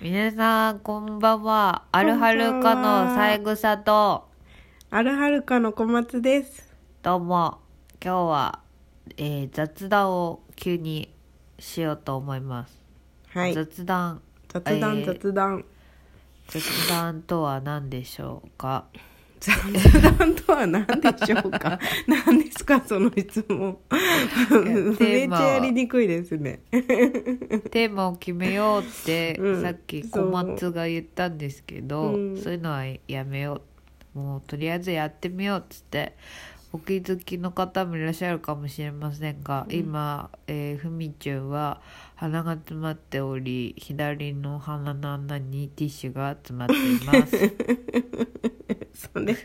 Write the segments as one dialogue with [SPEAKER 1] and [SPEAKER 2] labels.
[SPEAKER 1] 皆さん、こんばんは。あるはるかの三枝と、
[SPEAKER 2] あるはるかの小松です。
[SPEAKER 1] どうも。今日は、えー雑談を急にしようと思います。
[SPEAKER 2] はい。
[SPEAKER 1] 雑談。
[SPEAKER 2] 雑
[SPEAKER 1] え
[SPEAKER 2] 談
[SPEAKER 1] ー
[SPEAKER 2] 雑談。
[SPEAKER 1] 雑談とは何でしょうか
[SPEAKER 2] 雑談とは何でしょ うか何ですかその質問。め
[SPEAKER 1] テー
[SPEAKER 2] っち
[SPEAKER 1] マ
[SPEAKER 2] ゃ
[SPEAKER 1] は
[SPEAKER 2] やりにくいですね。
[SPEAKER 1] テーマを決めようって、
[SPEAKER 2] うん
[SPEAKER 1] さっき小松が言ったんですけどそう,、
[SPEAKER 2] うん
[SPEAKER 1] いうのはやめようもうとりあえずやってみようっつってお気づきの方もいらっしゃるかもしれませんが、今、えーふみちゅんは鼻が詰まっており左の鼻の穴にティッシュが詰まっています
[SPEAKER 2] そ れ。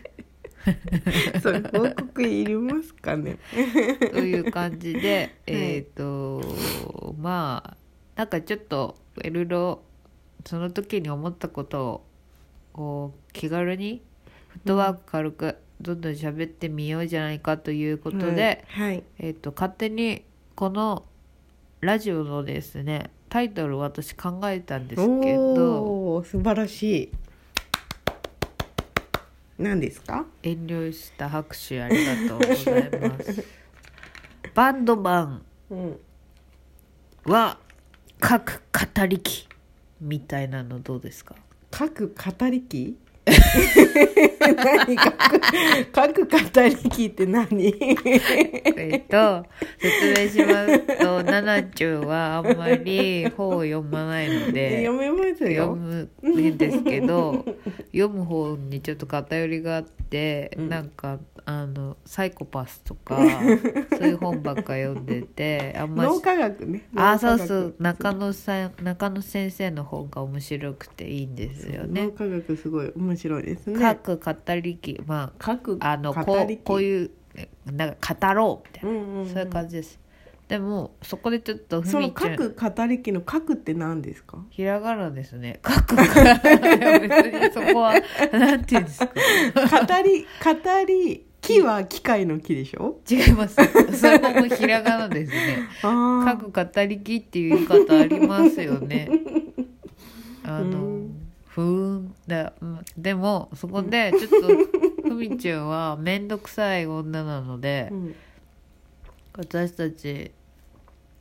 [SPEAKER 2] それ報告いりますかね。
[SPEAKER 1] という感じでえっ、とまあなんかちょっといろいろその時に思ったことをこう気軽にフットワーク軽くどんどん喋ってみようじゃないかということで、
[SPEAKER 2] はい。はい。
[SPEAKER 1] えっと勝手にこのラジオのですねタイトルを私考えたんですけど
[SPEAKER 2] おおー素晴らしい。何ですか？
[SPEAKER 1] 遠慮した拍手ありがとうございますバンドマン
[SPEAKER 2] うん。
[SPEAKER 1] は各語り機みたいなのどうです か
[SPEAKER 2] 書く語り機 何書く書く 語り機って何
[SPEAKER 1] えっと説明しますとナナチュはあんまり本を読まないので
[SPEAKER 2] 読めます
[SPEAKER 1] 読
[SPEAKER 2] よ。
[SPEAKER 1] むんですけど読む方にちょっと偏りがあって、
[SPEAKER 2] うん
[SPEAKER 1] なんかあのサイコパスとかそういう本ばっか読んでてあんま
[SPEAKER 2] 脳科学ね。
[SPEAKER 1] あそう
[SPEAKER 2] 脳科学
[SPEAKER 1] そう中野さん中野先生の本が面白くていいんですよね
[SPEAKER 2] 脳。科学すごい面白いですね。
[SPEAKER 1] 各語り機まあ
[SPEAKER 2] 書く
[SPEAKER 1] あのこうこう
[SPEAKER 2] う。
[SPEAKER 1] いうなんか語ろうみたいな、
[SPEAKER 2] うんうんうん
[SPEAKER 1] そういう感じですでもそこでちょっとふ
[SPEAKER 2] その
[SPEAKER 1] みちゃん
[SPEAKER 2] 書く語り機の書くって何ですか？
[SPEAKER 1] ひらがなですね書くから別にそこはなんていうんですか
[SPEAKER 2] 語り 語り機は機械の機でしょ？
[SPEAKER 1] 違いますそこもひらがなですね
[SPEAKER 2] ああ。
[SPEAKER 1] 書く語りきっていう言い方ありますよ ねあ
[SPEAKER 2] う
[SPEAKER 1] の
[SPEAKER 2] ん
[SPEAKER 1] ふーんだうんでもそこでちょっとふみちゃんは面倒くさい女なので、
[SPEAKER 2] うん
[SPEAKER 1] 私たち、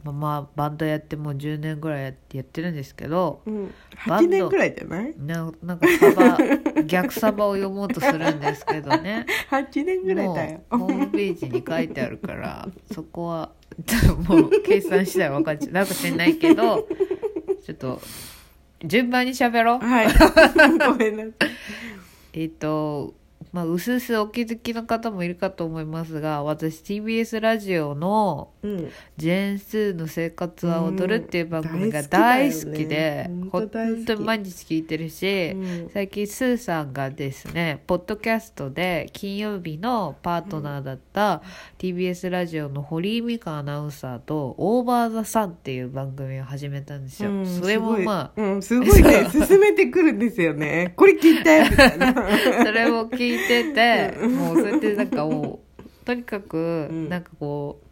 [SPEAKER 1] まあまあ、バンドやってもう10年ぐらいやってやってるんですけど
[SPEAKER 2] うん。
[SPEAKER 1] バンド
[SPEAKER 2] 八年くらいじゃない？
[SPEAKER 1] ななんかサバ逆サバを読もうとするんですけどね
[SPEAKER 2] 八年ぐらい
[SPEAKER 1] も
[SPEAKER 2] だよ。
[SPEAKER 1] うホームページに書いてあるからそこはもう計算したら分かっちゃうなんか知んないけどちょっと順番に喋ろう。
[SPEAKER 2] はい。 ごめんなさい。
[SPEAKER 1] えっ、とまあうすうすお気づきの方もいるかと思いますが私 TBS ラジオの
[SPEAKER 2] うん。
[SPEAKER 1] ジェーン・スーの生活は踊るっていう番組が
[SPEAKER 2] うん大
[SPEAKER 1] 大
[SPEAKER 2] 好きだよね
[SPEAKER 1] 好きで、
[SPEAKER 2] ほんと大好き
[SPEAKER 1] 本当に毎日聞いてるし、
[SPEAKER 2] うん
[SPEAKER 1] 最近スーさんがですねポッドキャストで金曜日のパートナーだった TBS ラジオの堀井美香アナウンサーと「オーバー・ザ・サン」っていう番組を始めたんですよ。
[SPEAKER 2] うん
[SPEAKER 1] それもまあ
[SPEAKER 2] すごい,、うん、すごいね進めてくるんですよねこれ聞いたよみた いな
[SPEAKER 1] それも聞いててもうそれってなんかもうとにかく
[SPEAKER 2] うん
[SPEAKER 1] なんかこう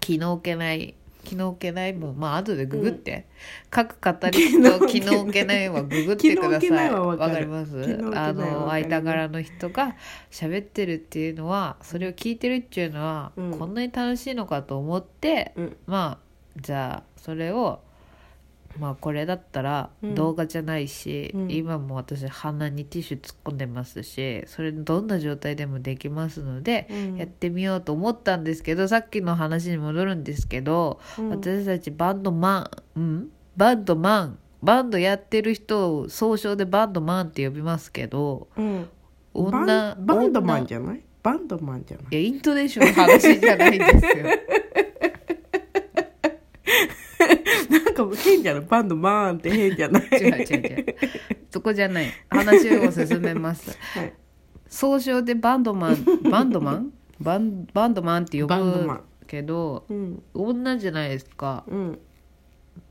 [SPEAKER 1] 気の置けない気の置けないもまあ後でググって、各語りと気
[SPEAKER 2] 気
[SPEAKER 1] の
[SPEAKER 2] の
[SPEAKER 1] 置
[SPEAKER 2] 置
[SPEAKER 1] け
[SPEAKER 2] け
[SPEAKER 1] な
[SPEAKER 2] ない
[SPEAKER 1] いはググってくだ
[SPEAKER 2] 気の置けな
[SPEAKER 1] さい
[SPEAKER 2] いは
[SPEAKER 1] わ
[SPEAKER 2] わかる
[SPEAKER 1] かります
[SPEAKER 2] 気の置けないは
[SPEAKER 1] あ
[SPEAKER 2] わかる
[SPEAKER 1] の間柄の人が喋ってるっていうのはそれを聞いてるっていうのは、
[SPEAKER 2] うん
[SPEAKER 1] こんなに楽しいのかと思って、
[SPEAKER 2] うん
[SPEAKER 1] まあじゃあそれをまあこれだったら
[SPEAKER 2] うん
[SPEAKER 1] 動画じゃないし、
[SPEAKER 2] うん
[SPEAKER 1] 今も私鼻にティッシュ突っ込んでますしそれどんな状態でもできますので、
[SPEAKER 2] うん
[SPEAKER 1] やってみようと思ったんですけどさっきの話に戻るんですけど、
[SPEAKER 2] うん
[SPEAKER 1] 私たちバンドマン、うん、バンドマンバンドやってる人を総称でバンドマンって呼びますけど
[SPEAKER 2] うんバ
[SPEAKER 1] 女
[SPEAKER 2] ンバンドマン
[SPEAKER 1] ゃ
[SPEAKER 2] じゃないバンドマンじゃない
[SPEAKER 1] いやイントネーションの話じゃないん ですよ。
[SPEAKER 2] なんか変じゃないバンドマンって変じゃない
[SPEAKER 1] 違う違う違うそこじゃない話を進めます
[SPEAKER 2] はい
[SPEAKER 1] 総称でバンドマンバンドマンバンバンドマンって呼
[SPEAKER 2] バンドマ
[SPEAKER 1] ぶ
[SPEAKER 2] ン
[SPEAKER 1] けど
[SPEAKER 2] うん
[SPEAKER 1] 女じゃないですか
[SPEAKER 2] うん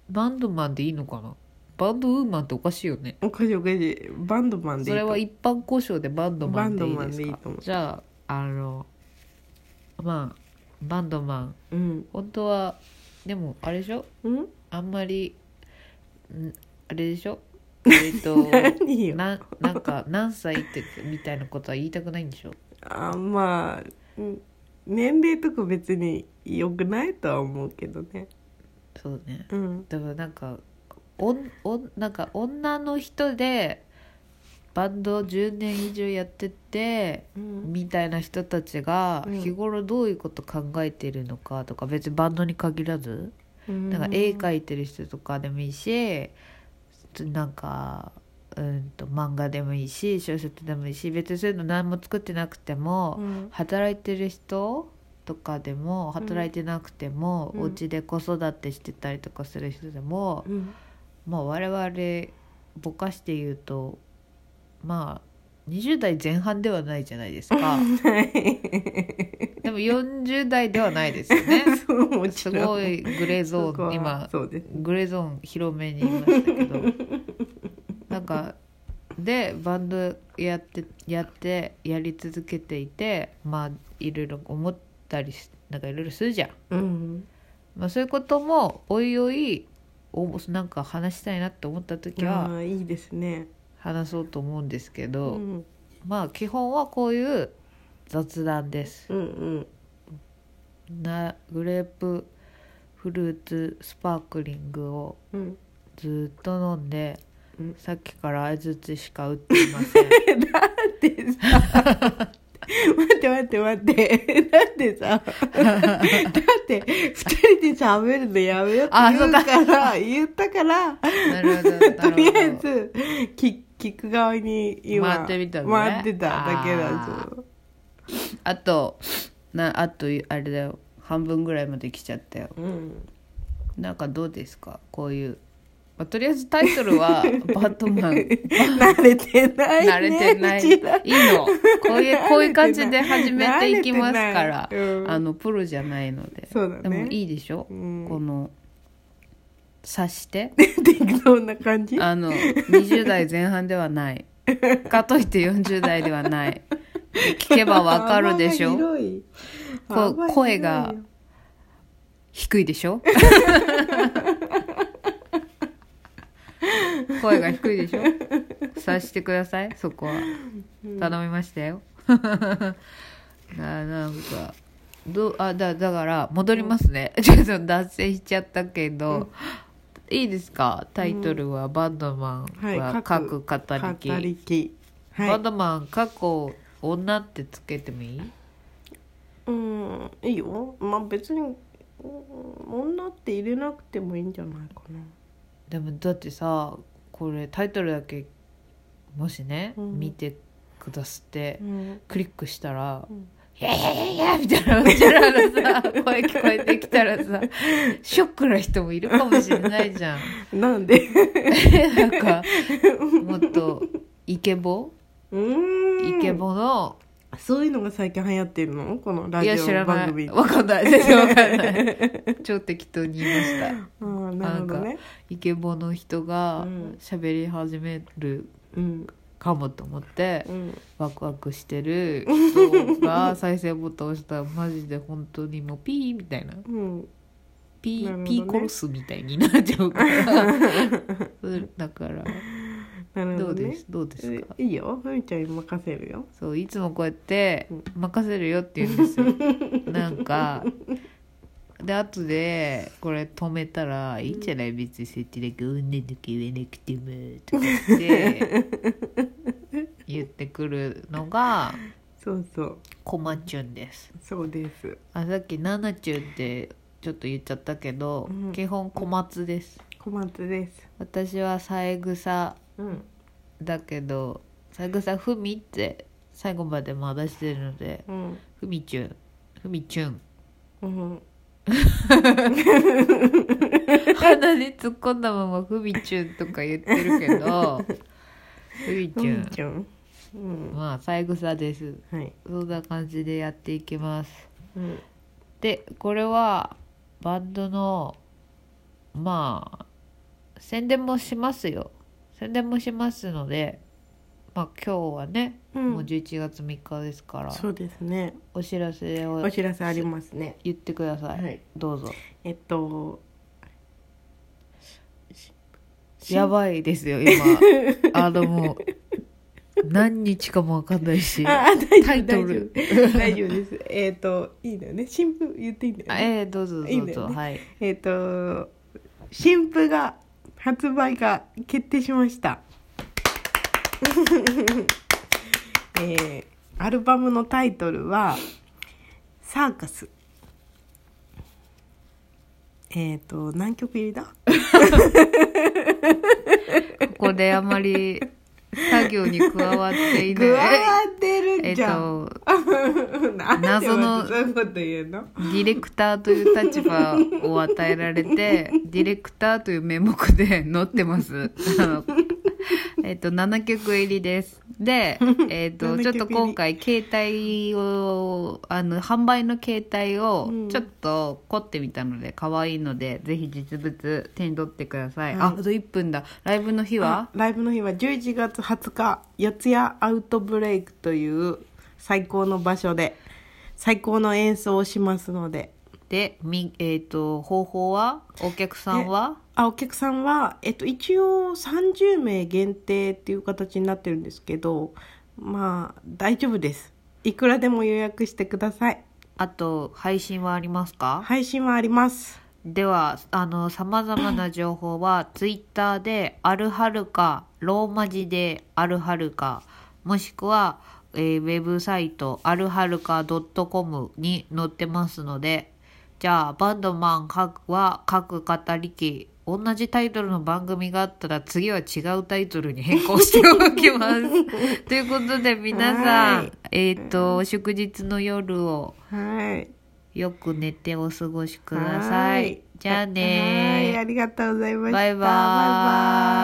[SPEAKER 1] バンドマンでいいのかなバンドウーマンっておかしいよね
[SPEAKER 2] おかしいおかしいバンドマン
[SPEAKER 1] そ
[SPEAKER 2] でいい
[SPEAKER 1] れ
[SPEAKER 2] と
[SPEAKER 1] は一般交渉でバンドマンでいい
[SPEAKER 2] バンドマン
[SPEAKER 1] です
[SPEAKER 2] でいい
[SPEAKER 1] か
[SPEAKER 2] と思う
[SPEAKER 1] じゃああのまあバンドマン
[SPEAKER 2] うん
[SPEAKER 1] 本当はでもあれでしょ
[SPEAKER 2] うん
[SPEAKER 1] あんまりんあれでしょえっ、と
[SPEAKER 2] 何よ
[SPEAKER 1] ななんか何歳ってみたいなことは言いたくないんでしょ
[SPEAKER 2] あまあうん年齢とか別に良くないとは思うけどね
[SPEAKER 1] そうね
[SPEAKER 2] うん
[SPEAKER 1] でもなんかおんおんなんか女の人でバンドを10年以上やってて
[SPEAKER 2] うん
[SPEAKER 1] みたいな人たちが
[SPEAKER 2] うん
[SPEAKER 1] 日頃どういうこと考えてるのかとか別にバンドに限らず
[SPEAKER 2] な
[SPEAKER 1] なんか絵描いてる人とかでもいいしなんかうんと漫画でもいいし小説でもいいし別にそういうの何も作ってなくても、
[SPEAKER 2] うん
[SPEAKER 1] 働いてる人とかでも働いてなくても、
[SPEAKER 2] うん
[SPEAKER 1] お家で子育てしてたりとかする人でも、
[SPEAKER 2] うん
[SPEAKER 1] まあ我々ぼかして言うとまあ20代前半ではないじゃないです かでも40代ではないですよね
[SPEAKER 2] そうもち
[SPEAKER 1] す
[SPEAKER 2] ろん
[SPEAKER 1] ごいグレーゾ
[SPEAKER 2] そこ
[SPEAKER 1] ーン
[SPEAKER 2] は
[SPEAKER 1] 今
[SPEAKER 2] そうです
[SPEAKER 1] グレーゾーン広めに言いましたけ どなんかでバンドやってやってやり続けていてまあいろいろ思ったりしなんかいろいろするじゃん、
[SPEAKER 2] うん
[SPEAKER 1] まあ、そういうこともおいおいおなんか話したいなって思った時
[SPEAKER 2] あ
[SPEAKER 1] は
[SPEAKER 2] あいいですね
[SPEAKER 1] 話そうと思うんですけ
[SPEAKER 2] う
[SPEAKER 1] ど、
[SPEAKER 2] ん
[SPEAKER 1] まあ基本はこういう雑談です。
[SPEAKER 2] うんうん
[SPEAKER 1] なグレープフルーツスパークリングを
[SPEAKER 2] うん
[SPEAKER 1] ずっと飲んで、
[SPEAKER 2] うん
[SPEAKER 1] さっきから相づちしか打っていま せん
[SPEAKER 2] だってさ待って待って待って だってさだって二人で喋るのやめようって
[SPEAKER 1] あ
[SPEAKER 2] 言うから言ったから
[SPEAKER 1] なるほどなるほ
[SPEAKER 2] と
[SPEAKER 1] ど
[SPEAKER 2] りあえずき聞く側に今
[SPEAKER 1] 回ってみたのね
[SPEAKER 2] 回ってただけだぞ
[SPEAKER 1] あとなあとあれだよ半分ぐらいまで来ちゃったよ
[SPEAKER 2] うん
[SPEAKER 1] なんかどうですかこういう、まあ、とりあえずタイトルは 「バットマン」
[SPEAKER 2] 慣れてないね
[SPEAKER 1] 慣れてないう
[SPEAKER 2] ちら
[SPEAKER 1] いいのこう いうこういう感じで始めていきますから
[SPEAKER 2] 慣れ、てないうん
[SPEAKER 1] あのプロじゃないので
[SPEAKER 2] そうだね
[SPEAKER 1] でもいいでしょ、
[SPEAKER 2] うん
[SPEAKER 1] この察 して
[SPEAKER 2] できそうな感じ
[SPEAKER 1] あの20代前半ではないかといって40代ではない聞けばわかるでし
[SPEAKER 2] 幅
[SPEAKER 1] ょ
[SPEAKER 2] が広い
[SPEAKER 1] こ
[SPEAKER 2] 幅広いよ
[SPEAKER 1] 声が低いでし ょ声が低いでしょ察してくださいそこは頼みました よななんかどあだだから戻りますねちょっと脱線しちゃったけど、いいですかタイトルは「バンドマ
[SPEAKER 2] は
[SPEAKER 1] ン
[SPEAKER 2] い
[SPEAKER 1] は
[SPEAKER 2] 各
[SPEAKER 1] 各語りき」
[SPEAKER 2] 語りき
[SPEAKER 1] バ
[SPEAKER 2] は
[SPEAKER 1] ンドマン過去女ってつけてもいい
[SPEAKER 2] いうんいいよまあ別にうん女って入れなくてもいいんじゃないかな
[SPEAKER 1] でもだってさこれタイトルだけもしね、
[SPEAKER 2] うん
[SPEAKER 1] 見てくださって、
[SPEAKER 2] うん
[SPEAKER 1] クリックしたら
[SPEAKER 2] うん
[SPEAKER 1] 「いやいやいやいや」みたいなうちらのさ 声聞こえてきたらさショックな人もいるかもしれないじゃん。
[SPEAKER 2] なんで
[SPEAKER 1] なんかもっとイケボ
[SPEAKER 2] うーん
[SPEAKER 1] イケボの、
[SPEAKER 2] そういうのが最近流行ってるのこのラ
[SPEAKER 1] い
[SPEAKER 2] ジ
[SPEAKER 1] や知ら
[SPEAKER 2] オ
[SPEAKER 1] な
[SPEAKER 2] 番
[SPEAKER 1] い
[SPEAKER 2] 組
[SPEAKER 1] わかんない全然わかんない超適当に言いま した
[SPEAKER 2] あーなるほどね
[SPEAKER 1] イケボの人
[SPEAKER 2] う
[SPEAKER 1] が
[SPEAKER 2] ん
[SPEAKER 1] 喋り始める
[SPEAKER 2] うん
[SPEAKER 1] かもと思って
[SPEAKER 2] うん
[SPEAKER 1] ワクワクしてる人 が再生ボタンを押したらマジで本当にもうピーみたいな
[SPEAKER 2] うん
[SPEAKER 1] ピ
[SPEAKER 2] な
[SPEAKER 1] ー、
[SPEAKER 2] るほどね
[SPEAKER 1] ピー殺すみたいになっちゃうから うんだから
[SPEAKER 2] なるほ
[SPEAKER 1] ど
[SPEAKER 2] ど
[SPEAKER 1] うで
[SPEAKER 2] ね
[SPEAKER 1] すどうですか
[SPEAKER 2] いいよふみちゃんに任せるよ
[SPEAKER 1] そういつもこうやって
[SPEAKER 2] うん
[SPEAKER 1] 「任せるよ」って言うんですよなんかで後でこれ止めたら「いいんじゃない別に設置だけ女だけ言えなくても」とかって 言ってくるのが
[SPEAKER 2] そうそう
[SPEAKER 1] コマチュンです
[SPEAKER 2] そうです
[SPEAKER 1] あさっき「ナナチュン」ってちょっと言っちゃったけど、
[SPEAKER 2] うん
[SPEAKER 1] 基本小松です
[SPEAKER 2] 小松です
[SPEAKER 1] 私は三枝
[SPEAKER 2] うん
[SPEAKER 1] だけど三枝ふみって最後までまだしてるので
[SPEAKER 2] うん
[SPEAKER 1] ふみちゅんふみちゅん
[SPEAKER 2] うん
[SPEAKER 1] 鼻に突っ込んだままふみちゅんとか言ってるけ どふみ
[SPEAKER 2] ふ
[SPEAKER 1] ちゅ
[SPEAKER 2] み
[SPEAKER 1] ん
[SPEAKER 2] ちゃんうん
[SPEAKER 1] まあ三枝です
[SPEAKER 2] はい
[SPEAKER 1] そんな感じでやっていきます
[SPEAKER 2] うん
[SPEAKER 1] でこれはバンドのまあ宣伝もしますよ宣伝もしますのでまあ今日はね、
[SPEAKER 2] うん
[SPEAKER 1] もう11月3日ですから
[SPEAKER 2] そうですね
[SPEAKER 1] お知らせを
[SPEAKER 2] お知らせありますね
[SPEAKER 1] 言ってください、
[SPEAKER 2] はい
[SPEAKER 1] どうぞ
[SPEAKER 2] えっとしし
[SPEAKER 1] やばいです よ今あのもう何日かもわかんないし
[SPEAKER 2] ああ大
[SPEAKER 1] タ
[SPEAKER 2] 丈
[SPEAKER 1] イ
[SPEAKER 2] 夫
[SPEAKER 1] ト
[SPEAKER 2] 大丈
[SPEAKER 1] ル
[SPEAKER 2] 夫大丈夫ですえっ、といいんだよね新聞言っていいんだよ
[SPEAKER 1] あ
[SPEAKER 2] ね
[SPEAKER 1] ええどうぞどうぞ
[SPEAKER 2] いいんだよね
[SPEAKER 1] はい
[SPEAKER 2] えっ、と新婦が発売が決定しました えーアルバムのタイトルは「サーカス」えっ、と何曲入りだ
[SPEAKER 1] ここであまり作業に加わって いな
[SPEAKER 2] グワ
[SPEAKER 1] い
[SPEAKER 2] ー出
[SPEAKER 1] え
[SPEAKER 2] る
[SPEAKER 1] っ
[SPEAKER 2] じゃん、
[SPEAKER 1] と
[SPEAKER 2] なんで
[SPEAKER 1] 謎の
[SPEAKER 2] またそういうこと言うの
[SPEAKER 1] ディレクターという立場を与えられ てディレクターという名目で載ってますあのえっと7曲入りですで、えっと
[SPEAKER 2] 7
[SPEAKER 1] ちょっと
[SPEAKER 2] 曲入り
[SPEAKER 1] 今回携帯をあの販売の携帯を
[SPEAKER 2] うん
[SPEAKER 1] ちょっと凝ってみたので可愛いのでぜひ実物手に取ってください、
[SPEAKER 2] はい
[SPEAKER 1] ああと1分だライブの日は
[SPEAKER 2] あライブの日は11月20日四谷アウトブレイクという最高の場所で最高の演奏をしますので
[SPEAKER 1] でみ、えっと方法はお客さんは
[SPEAKER 2] あお客さんは、えっと、一応30名限定っていう形になってるんですけどまあ大丈夫ですいくらでも予約してください
[SPEAKER 1] あと配信はありますか
[SPEAKER 2] 配信はあります
[SPEAKER 1] ではあのさまざまな情報 は Twitter で「あるはるか」ローマ字で「あるはるか」もしくは、えーウェブサイトあるはるか .com に載ってますのでじゃあバンドマン各は各語り機同じタイトルの番組があったら次は違うタイトルに変更しておき ます。ということで皆さ
[SPEAKER 2] は
[SPEAKER 1] ん
[SPEAKER 2] い、
[SPEAKER 1] えっ、と、祝日の夜を
[SPEAKER 2] はい
[SPEAKER 1] よく寝てお過ごしくださ。
[SPEAKER 2] はい
[SPEAKER 1] じゃあねー
[SPEAKER 2] はいありがとうございました
[SPEAKER 1] バイバーイ
[SPEAKER 2] バイバーイ